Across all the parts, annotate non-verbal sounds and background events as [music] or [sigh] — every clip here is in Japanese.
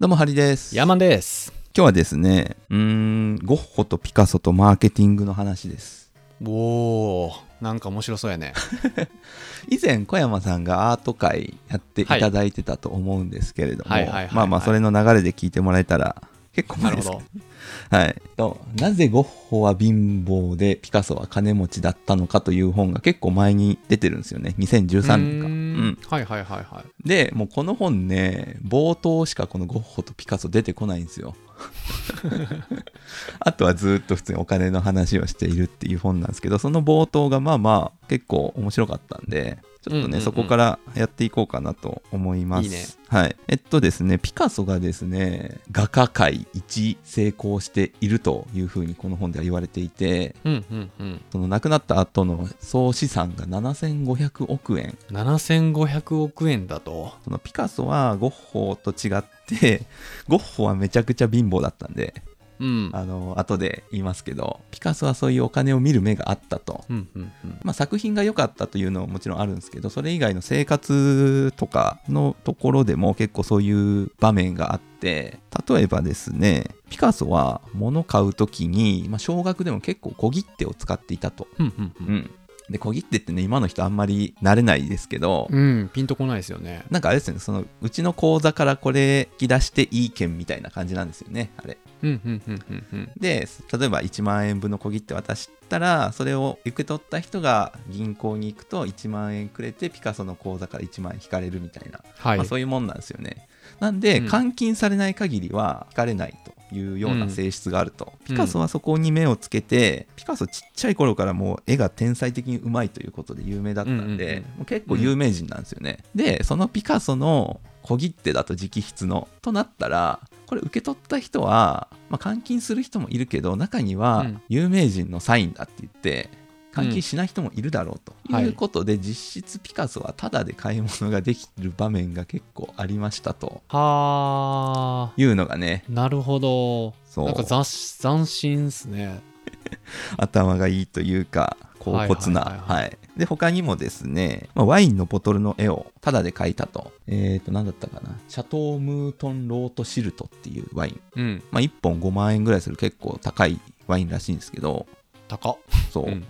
どうも、ハリです。ヤーマンです。今日はですね、うーん、ゴッホとピカソとマーケティングの話です。おお、なんか面白そうやね。以前、小山さんがアート会やっていただいてたと思うんですけれどもはいはいはいはい、まあまあ、それの流れで聞いてもらえたら、結構な前るでほすど。 [laughs] はい。と、なぜゴッホは貧乏でピカソは金持ちだったのかという本が結構前に出てるんですよね。2013年か。ううーんん。はいはいはいはい。で、もうこの本ね、冒頭しかこのゴッホとピカソ出てこないんです [laughs] よ。あとはずっと普通にお金の話をしているっていう本なんですけど、その冒頭がまあまあ結構面白かったんで、ちょっとね、うんうんうんそこからやっていこうかなと思います。いいねはい。えっとですね、ピカソがですね、画家界一成功しているというふうにこの本では言われていて、うんうんうん。その亡くなった後の総資産が7500億円7500億円だと。そのピカソはゴッホと違って [laughs] ゴッホはめちゃくちゃ貧乏だったんでうん。あの後で言いますけどピカソはそういうお金を見る目があったと、うんうんうん。まあ、作品が良かったというのはもちろんあるんですけどそれ以外の生活とかのところでも結構そういう場面があって例えばですねピカソは物買う時に、まあ、少額でも結構小切手を使っていたと。うんうんう。うんん、で小切手ってね今の人あんまり慣れないですけど、うん、ピンとこないですよね。なんかあれですよね、そのうちの口座からこれ引き出していい券みたいな感じなんですよね、あれ。うんうんうんうんうん。で、例えば1万円分の小切手渡したら、それを受け取った人が銀行に行くと1万円くれて、ピカソの口座から1万円引かれるみたいな、はい。まあ、そういうもんなんですよね。なんで、うん換金されない限りは引かれないと。いうような性質があると、うんピカソはそこに目をつけて、ピカソちっちゃい頃からもう絵が天才的にうまいということで有名だったんで、うんうんうんもう結構有名人なんですよね、でそのピカソの小切手だと直筆のとなったらこれ受け取った人は、まあ、換金する人もいるけど中にうはん有名人のサインだって言って換金しない人もいるだろうと、うんはいいうことで、実質ピカソはタダで買い物ができる場面が結構ありましたとはあ。いうのがねなるほど。そうなんか斬斬新っすね。頭がいいというか高骨なはいはいはいで他にもですね、まあ、ワインのボトルの絵をタダで描いたとえっ、ー、と何だったかなシャトームートンロートシルトっていうワイン、うん。まあ、1本5万円ぐらいする結構高いワインらしいんですけど高っ。そう、うんま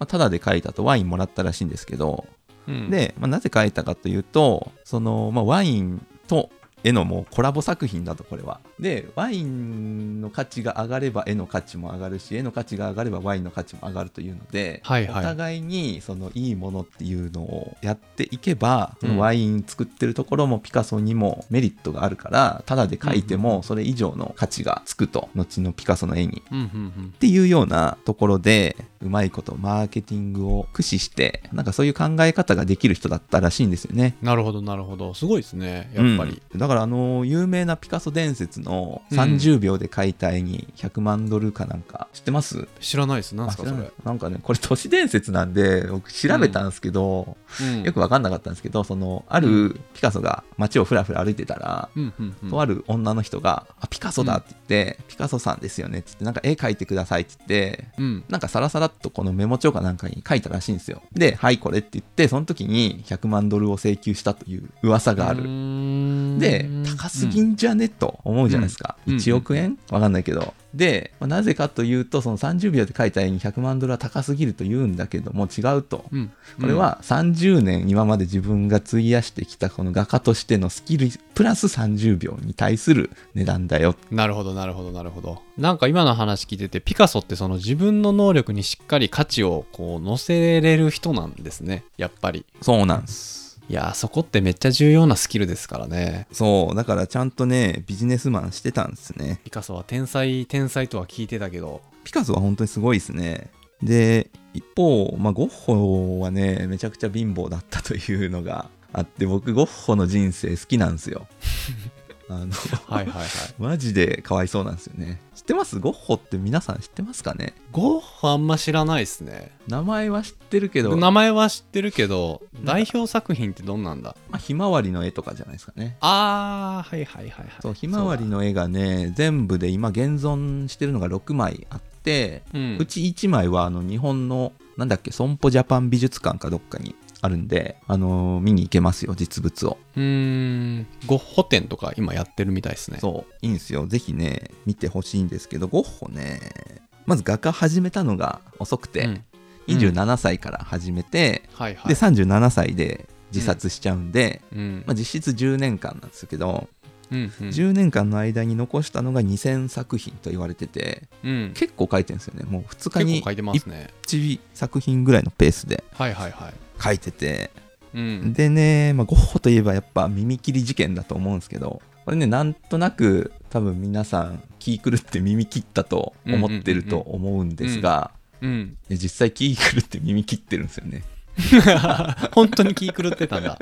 あ、タダで描いたとワインもらったらしいんですけどうん、で、まあ、なぜ描いたかというとその、まあ、ワインと絵のもうコラボ作品だとこれはでワインの価値が上がれば絵の価値も上がるし絵の価値が上がればワインの価値も上がるというので、はいはいお互いにそのいいものっていうのをやっていけば、うんそのワイン作ってるところもピカソにもメリットがあるからただで描いてもそれ以上の価値がつくと後のピカソの絵にうんうんっていうようなところでうまいことマーケティングを駆使してなんかそういう考え方ができる人だったらしいんですよね。うん。なるほどなるほど。すごいですね。やっぱり。うんだからあの有名なピカソ伝説の30秒で描いた絵に100万ドルかなんか知ってます知らないです。なんですかあそ知られない。なんかねこれ都市伝説なんで僕調べたんですけど、うんよく分かんなかったんですけどそのあるピカソが街をふらふら歩いてたら、うんうんうん。とある女の人が「あピカソだ」って言って「ピカソさんですよね」って言って「なんか絵描いてください」って言ってうん。なんかさらさらっとこのメモ帳かなんかに書いたらしいんですよ。で、はい、これって言って、その時に100万ドルを請求したという噂がある。るで、高すぎんじゃねと思うじゃないですか。うん1億円わかんないけど。で、まあなぜかというと、その30秒で書いた絵に100万ドルは高すぎると言うんだけども違うと。うん、これは30年今まで自分が費やしてきたこの画家としてのスキルプラス30秒に対する値段だよ。なるほどなるほどなるほどなんか今の話聞いててピカソってその自分の能力にしっかり価値をこう乗せれる人なんですねやっぱりそうなんです。いやーそこってめっちゃ重要なスキルですからねそう、だからちゃんとね、ビジネスマンしてたんですね。ピカソは天才天才とは聞いてたけどピカソは本当にすごいですね。で、一方、まあ、ゴッホはね、めちゃくちゃ貧乏だったというのがあって、僕、ゴッホの人生好きなんです [laughs] よ。あの、はいはいはい [laughs] マジでかわいそうなんですよね。知ってますゴッホって皆さん知ってますかねゴッホあんま知らないですね名前は知ってるけど、ま名前は知ってるけど代表作品ってどんなんだあ、ひまわりの絵とかじゃないですかね。あーはいはいはいはいそう、ひまわりの絵がね、全部で今現存してるのが6枚あって、そうだうんうち1枚はあの日本のなんだっけ損保ジャパン美術館かどっかにあるんで、あのー見に行けますよ、実物を。うーんゴッホ展とか今やってるみたいですねそう、いいんですよ。ぜひね、見てほしいんですけど、ゴッホね、まず画家始めたのが遅くて、うん27歳から始めて、はいはいで、37歳で自殺しちゃうんで、うんまあ、実質10年間なんですけど、うんうん10年間の間に残したのが2000作品と言われててうん結構書いてるんですよねもう2日結に構書いてますね1作品ぐらいのペースではいはいはい書いててうんでね、まあ、ゴッホといえばやっぱ耳切り事件だと思うんですけどこれねなんとなく多分皆さん気狂って耳切ったと思ってると思うんですが、うんいや実際気狂って耳切ってるんですよね [laughs] [laughs] 本当に気狂ってたんだ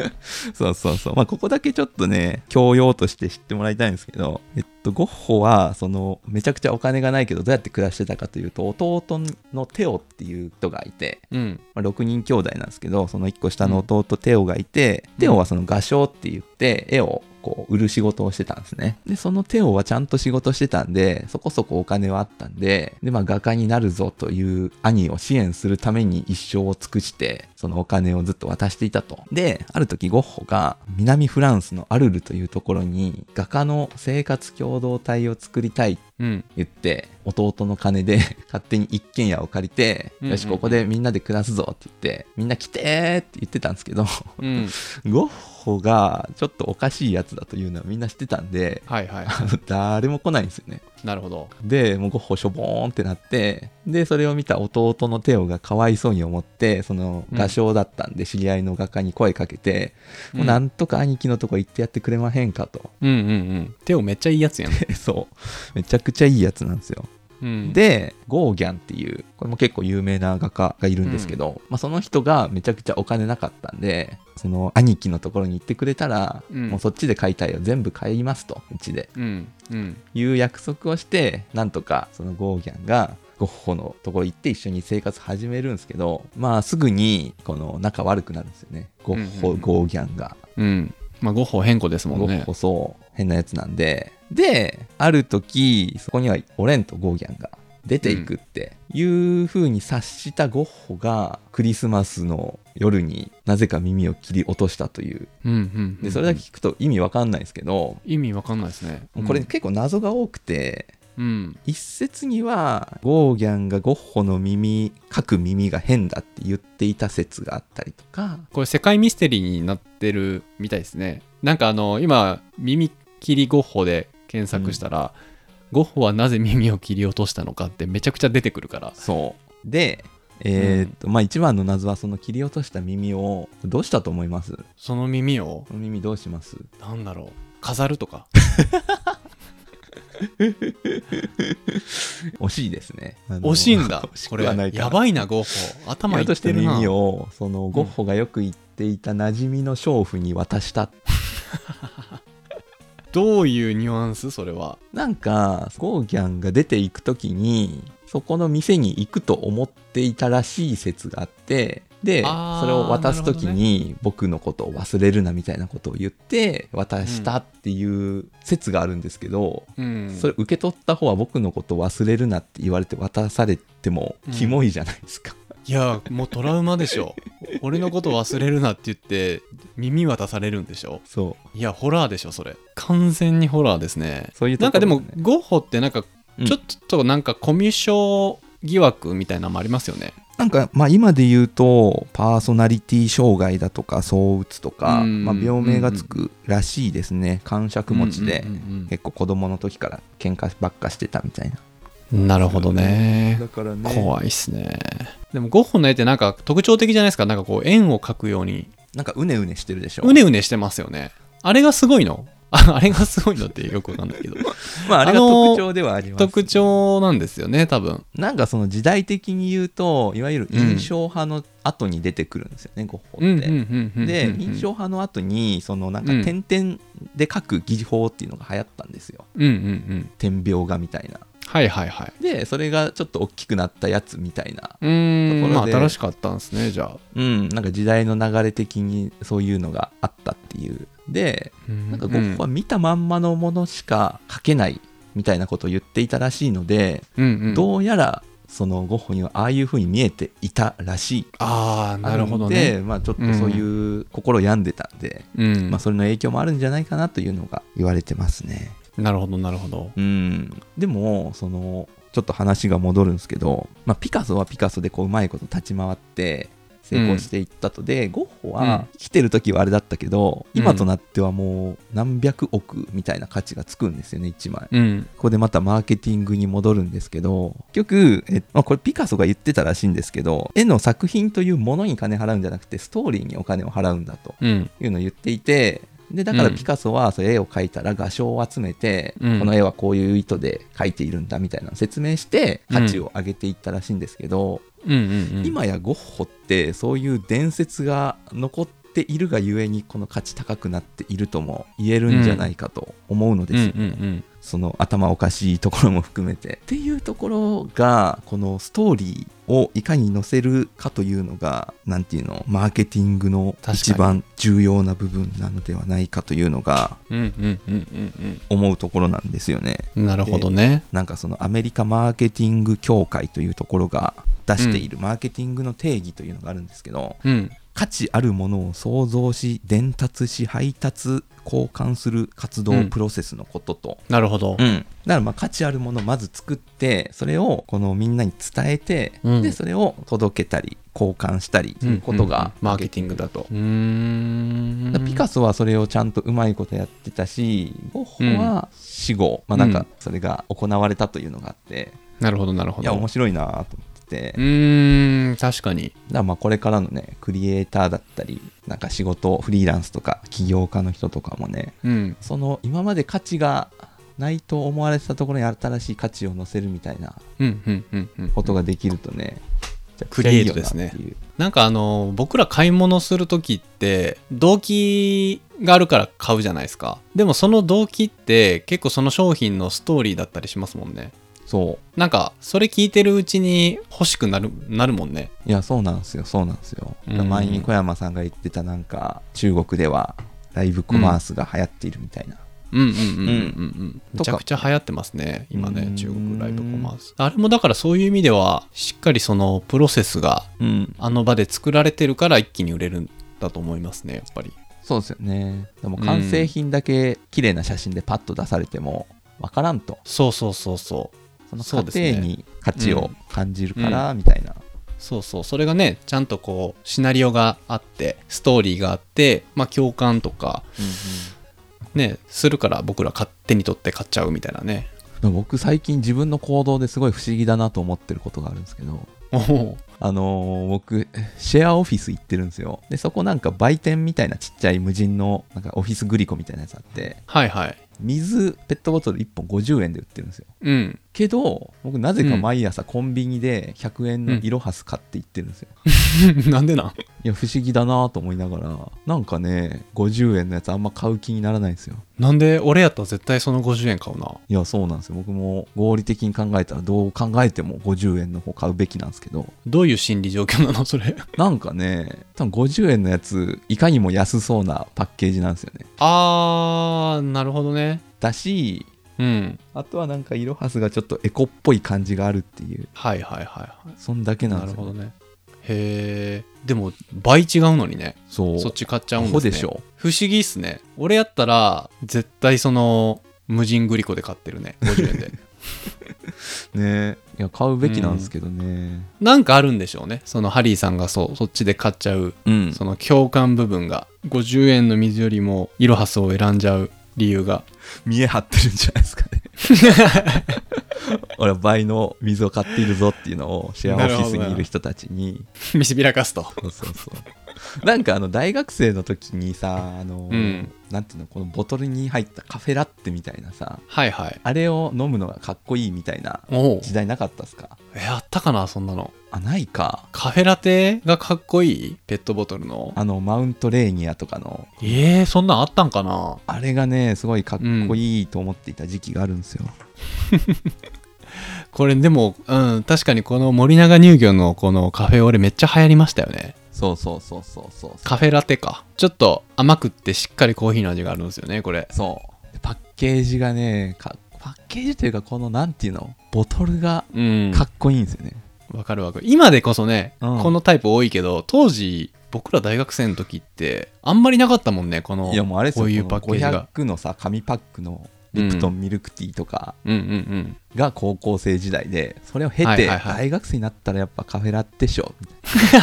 そうそうそう。まあ、ここだけちょっとね、教養として知ってもらいたいんですけど、えっと、ゴッホは、その、めちゃくちゃお金がないけど、どうやって暮らしてたかというと、弟のテオっていう人がいて、 [laughs] うんまあ、6人兄弟なんですけど、その1個下の弟テオがいて、テオはその画商って言って、絵を、こう売る仕事をしてたんですねでそのテオはちゃんと仕事してたんでそこそこお金はあったんでで、まあ、画家になるぞという兄を支援するために一生を尽くしてそのお金をずっと渡していたとである時ゴッホが南フランスのアルルというところに画家の生活共同体を作りたいうん言って弟の金で [laughs] 勝手に一軒家を借りて、うんうんうんよしここでみんなで暮らすぞって言ってみんな来てーって言ってたんですけど [laughs] うんゴッホがちょっとおかしいやつだというのはみんな知ってたんで [laughs] はいはい [laughs] あの誰も来ないんですよねなるほどでもうゴッホしょぼーんってなってでそれを見た弟のテオがかわいそうに思ってその画商だったんで知り合いの画家に声かけて、もうなんとか兄貴のとこ行ってやってくれまへんかと [laughs] うんうんうん手をめっちゃいいやつやんそうめちゃくちゃいいやつなんですようんで、ゴーギャンっていう、これも結構有名な画家がいるんですけど、まあ、その人がめちゃくちゃお金なかったんで、その兄貴のところに行ってくれたら、うんもうそっちで買いたいよ、全部買いますと、うちで。うんうんいう約束をして、なんとかそのゴーギャンが、ゴッホのところ行って一緒に生活始めるんですけど、まあすぐにこの仲悪くなるんですよね。ゴッホ、うんうんうんゴーギャンが。うんまあゴッホ変更ですもゴんッねホそう、変なやつなんで。で、ある時、そこにはオレンとゴーギャンが出ていくっていう風に察したゴッホが、クリスマスの夜になぜか耳を切り落としたという。うんうんうんで、それだけ聞くと意味わかんないですけど、意味わかんないですねこれ結構謎が多くて、うん一説にはゴーギャンがゴッホの耳各耳が変だって言っていた説があったりとかこれ世界ミステリーになってるみたいですねなんかあの今耳切りゴッホで検索したら、ゴッホはなぜ耳を切り落としたのかってめちゃくちゃ出てくるからそうでえーっと、まあ一番の謎はその切り落とした耳をどうしたと思いますその耳をこの耳どうしますなんだろう飾るとか惜しいですねあの [laughs] 惜しいんだ [laughs] 惜しくこはなれいからやばいなゴッホ切り頭い落とっしたてるな耳をそのゴッホがよく言っていた馴染みの娼婦に渡した、どういうニュアンスそれはなんかゴーギャンが出ていく時にそこの店に行くと思っていたらしい説があってであーそれを渡す時に僕のことを忘れるなみたいなことを言って渡したっていう説があるんですけど、うんそれ受け取った方は僕のことを忘れるなって言われて渡されてもうんキモいじゃないですか、いやもうトラウマでしょ [laughs] 俺のこと忘れるなって言って耳渡されるんでしょそういやホラーでしょそれ完全にホラーですねそういうとなこんかでもろねゴッホってなんかうんちょっとなんかコミュ障疑惑みたいなのもありますよね。なんか、まあ、今で言うとパーソナリティ障害だとか躁うつとか、うんまあ、病名がつくらしいですね感触持ちでうんうん結構子供の時から喧嘩ばっかしてたみたいなうんなるほどね。から怖いっすね。でもゴッホの絵ってなんか特徴的じゃないですか。なんかこう円を描くようになんかうねうねしてるでしょうねうねしてますよね。あれがすごいの [laughs] ああれがすごいのってよくわかん [laughs] ないけど。まああれがあの特徴ではあります、特徴なんですよね、多分。なんかその時代的に言うといわゆる印象派の後に出てくるんですよね、ゴッホって、うんうんうんうんうん。で印象派の後にそのなんかうん点々で描く技法っていうのが流行ったんですようんうんうん。点描画みたいなはいはいはい。でそれがちょっと大きくなったやつみたいなうーところん。でまあ新しかったんですね、じゃあ。うんなんか時代の流れ的にそういうのがあったっていうでななんかゴッホは見たまんまのものしか描けないみたいなことを言っていたらしいので、うんうん、どうやらそのゴッホにはああいう風に見えていたらしいああなるほどで、ね。まあ、ちょっとそういう心病んでたんで、うんまあ、それの影響もあるんじゃないかなというのが言われてますね。なるほどなるほど。うん、でもそのちょっと話が戻るんですけど、まあ、ピカソはピカソでこううまいこと立ち回って成功していったとで、ゴッホうんは生きてる時はあれだったけど、今うんとなってはもう何百億みたいな価値がつくんですよね1枚。うんここでまたマーケティングに戻るんですけど結局、えまあ、これピカソが言ってたらしいんですけど絵の作品というものに金払うんじゃなくてストーリーにお金を払うんだとうんいうのを言っていてでだからうんピカソはその絵を描いたら画商を集めて、うんこの絵はこういう意図で描いているんだみたいなのを説明して価値を上げていったらしいんですけど、うんうん。今やゴッホってそういう伝説が残っているがゆえにこの価値高くなっているとも言えるんじゃないかと思うのですよね。うんうんうんその頭おかしいところも含めて。っていうところがこのストーリーをいかに載せるかというのが何ていうのマーケティングの確かに一番重要な部分なのではないかというのがうんうんうんうん思うところなんですよね。うん。なるほどね。なんかそのアメリカマーケティング協会というところが出しているマーケティングの定義というのがあるんですけど、うん価値あるものを創造し伝達し配達交換する活動プロセスのことと、なるほど。だからまあ価値あるものをまず作ってそれをこのみんなに伝えて、うんでそれを届けたり交換したりということがうんうんマーケティングだと。うーんだからピカソソはそれをちゃんとうまいことやってたしゴッホは死後、まあなんかそれが行われたというのがあって、なるほどなるほいど。や面白いなと思ってて、うだかーん確かに。らまあこれからのねクリエイターだったりなんか仕事フリーランスとか起業家の人とかもねうんその今まで価値がないと思われてたところに新しい価値を乗せるみたいなうんうんうんうん。ことができるとね、じゃあクリエイトですねクリエイトだっていうなんかあの僕ら買い物する時って動機があるから買うじゃないですかでもその動機って結構その商品のストーリーだったりしますもんねそなんかそれ聞いてるうちに欲しくなるなるもんねう。いや、そうなんですよ、そうなんですよ。うん前に小山さんが言ってた、なんか、中国ではライブコマースが流行っているみたいな。うんうんうんうんうんうんめとちかゃくちゃ流行ってますね今うねん中国ライブコマースあれもだからそういう意味ではしっかりそのプロセスがうん、あの場で作られてるから一気に売れるんだと思いますねやっぱりそうですよね。でも、完成品だけ綺麗な写真でパッと出されても、わからんと。そうそうそうそうその過そうですね程に価値を感じるから、うみたいな。そうそうそれがねちゃんとこうシナリオがあってストーリーがあってまあ共感とかねするから僕ら勝手に取って買っちゃうみたいなねでも僕、最近自分の行動ですごい不思議だなと思ってることがあるんですけど、おおあのー僕、シェアオフィス行ってるんですよ。で、そこなんか売店みたいなちっちゃい無人の、なんかオフィスグリコみたいなやつあって、はいはい水、ペットボトル1本50円で売ってるんですよ。うん [laughs] けど、僕なぜか毎朝コンビニで100円のイロハス買って行ってるんですよ。なんでなんいや、不思議だなと思いながら、なんかね、50円のやつあんま買う気にならないんですよ。なんで俺やったら絶対その50円買うないや、そうなんですよ。僕も合理的に考えたら、どう考えても50円の方買うべきなんですけど、どういう心理状況なのそれなんかね、多分50円のやつ、いかにも安そうなパッケージなんですよね。 [laughs] あーなるほどねだしうんあとはなんかイロハスがちょっとエコっぽい感じがあるっていうはいはいはいはそんだけいなんなでるすよほどねへえでも倍違うのにねそうそっち買っちゃうアんですホねでしょ不思議っすね俺やったら絶対その無人グリコで買ってるね50円で [laughs] ねいや買うべきなんですけどねなんかあるんでしょうねそのハリーさんがそうそっちで買っちゃううん、その共感部分が50円の水よりもイロハスを選んじゃう理由が見え張ってるんじゃないですかね [laughs] 俺は倍の水を買っているぞっていうのをシェアオフィスにいる人たちに見せびらかすとそうそうそうなんかあの大学生の時にさあの、うんなんていうのこのボトルに入ったカフェラッテみたいなさはいはいあれを飲むのがかっこいいみたいなおお時代なかったっすかえあったかなそんなのあないかカフェラテがかっこいいペットボトルのあのマウントレーニアとかのえー、そんなんあったんかなあれがねすごいかっこいいと思っていた時期があるんですよ、これでもうん確かにこの森永乳業のこのカフェオレめっちゃ流行りましたよねそうそうそうそうそうカフェラテかちょっと甘くってしっかりコーヒーの味があるんですよねこれそうでパッケージがねかパッケージというかこのなんていうのボトルがうんかっこいいんですよね、わかるわかる今でこそね、うんこのタイプ多いけど当時僕ら大学生の時ってあんまりなかったもんねこのいやもうあれですよこういうこのパッケージが500のさ紙パックのリプトンミルクティーとかうんうんうんが高校生時代でそれを経て、はいはいはい大学生になったらやっぱカフェラテしょみたい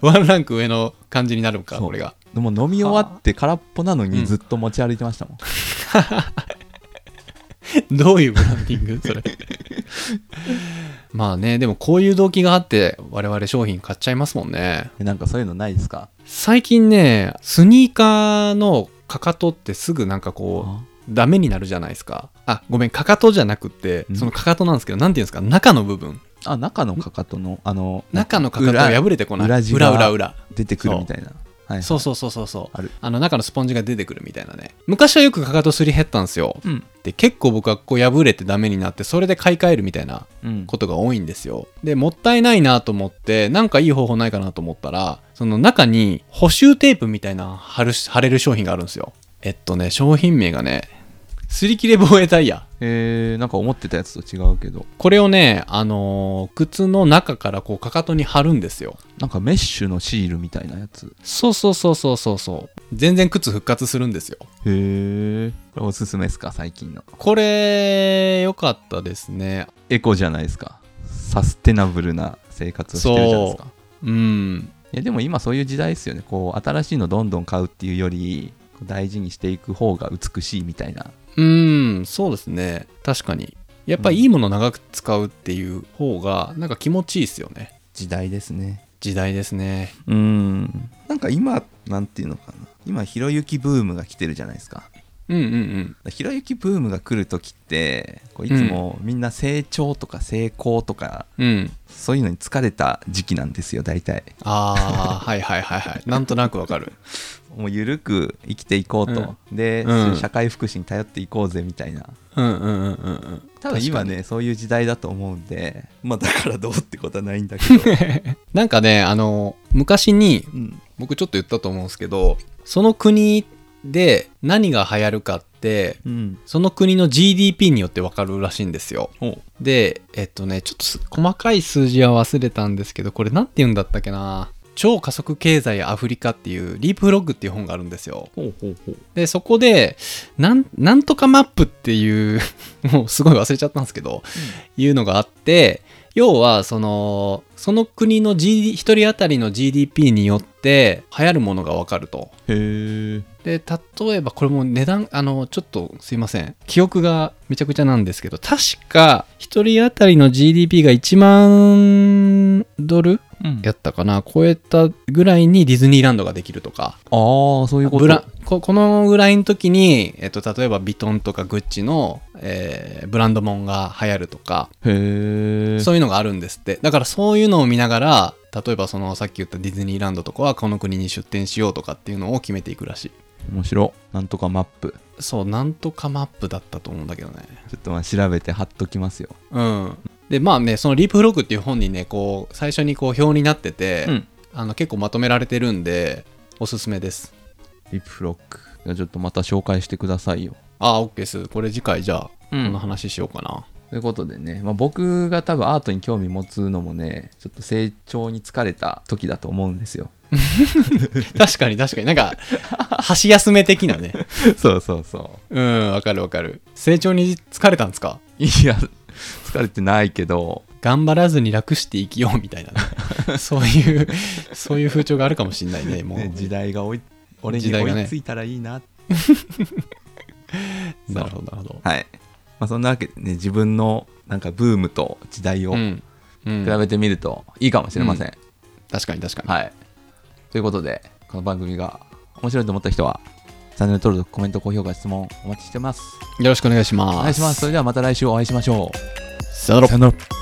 ワンランク上の感じになるんかそうこれがなもう飲み終わって空っぽなのうにんずっと持ち歩いてましたもん、 [laughs] どういうブランディングそ [laughs] れまあねでもこういう動機があって我々商品買っちゃいますもんねえなんかそういうのないですか最近ねスニーカーのかかとってすぐなんかこうダメになるじゃないですかあごめんかかとじゃなくってうんそのかかとなんですけどなんていうんですか中の部分あ中のかかとのあの中のかかと裏が破れてこない裏裏地が裏裏裏出てくるみたいなはいそうそうそうそうそうあるあの中のスポンジが出てくるみたいなね昔はよくかかとすり減ったんですようんで結構僕はこう破れてダメになってそれで買い替えるみたいなうんことが多いんですよでもったいないなと思ってなんかいい方法ないかなと思ったらその中に補修テープみたいなの貼る貼れる商品があるんですよえっとね商品名がね擦り切れ防衛タイヤえー、なんか思ってたやつと違うけどこれをねあのー靴の中からこうかかとに貼るんですよなんかメッシュのシールみたいなやつそうそうそうそうそうそう全然靴復活するんですよへえこれおすすめですか最近のこれ良かったですねエコじゃないですかサステナブルな生活をしてるじゃないですかうんいやでも今そういう時代ですよねこう新しいのどんどん買うっていうよりこう大事にしていく方が美しいみたいなうーんそうですね確かにやっぱりいいもの長く使うっていう方がなんか気持ちいいですよね時代ですね時代ですねうんなんか今なんていうのかな今ひろゆきブームが来てるじゃないですかうんうんうんひろゆきブームが来るときってこういつもみんな成長とか成功とか、うんそういうのに疲れた時期なんですよ大体ああはいはいはいはいなんとなくわかるもう緩く生きていこうと、で、うん社会福祉に頼っていこうぜみたいな [laughs] うんうんうんうんうん多分今ねそういう時代だと思うんでまあだからどうってことはないんだけ [laughs] ど、なんかねあの昔にうん僕ちょっと言ったと思うんですけどその国で何が流行るかってうん、その国の GDP によってわかるらしいんですよでえっとねちょっとす細かい数字は忘れたんですけどこれ何て言うんだったっけな超加速経済アフリカっていうリープフロッグっていう本があるんですよほうほうほうでそこでなんなんとかマップっていう [laughs] もうすごい忘れちゃったんですけど、いうのがあって要はそのその国の、G、1人当たりの GDP によって流行るものが分かるとへえで例えばこれも値段あのちょっとすいません記憶がめちゃくちゃなんですけど確か1人当たりの GDP が1万ドルうんやったかな超えたぐらいにディズニーランドができるとかああそういうことブラここのぐらいの時に、えっと、例えばヴィトンとかグッチの、えーブランドもんが流行るとかへえそういうのがあるんですってだからそういうのを見ながら例えばそのさっき言ったディズニーランドとかはこの国に出店しようとかっていうのを決めていくらしい面白なんとかマップそうなんとかマップだったと思うんだけどねちょっとまあ調べて貼っときますよ、うんでまあねその「リープフロッグ」っていう本にねこう最初にこう表になってて、うんあの結構まとめられてるんでおすすめですリップフロックじゃあちょっとまた紹介してくださいよああ OK ですこれ次回じゃあ、うんこの話しようかな [laughs] ということでね、まあ、僕が多分アートに興味持つのもねちょっと成長に疲れた時だと思うんですよ確かに確かになんか箸休め的なね [laughs] そうそうそうんわかるわかる成長に疲れたんですかういや疲れてないけど頑張らずに楽して生きようみたいな [laughs] ねそういうそういう風潮があるかもしんないねもうね時代が追い俺に時代が追ねいついたらいいな、なるほどなるほどはい、まあ、そんなわけでね自分のなんかブームと時代をう比ん、うん、べてみるといいかもしれません、確かに確かにはいということでこの番組が面白いと思った人はチャンネル登録コメント高評価質問お待ちしてますよろしくお願いします。お願いしますそれではまた来週お会いしましょうさよならよなら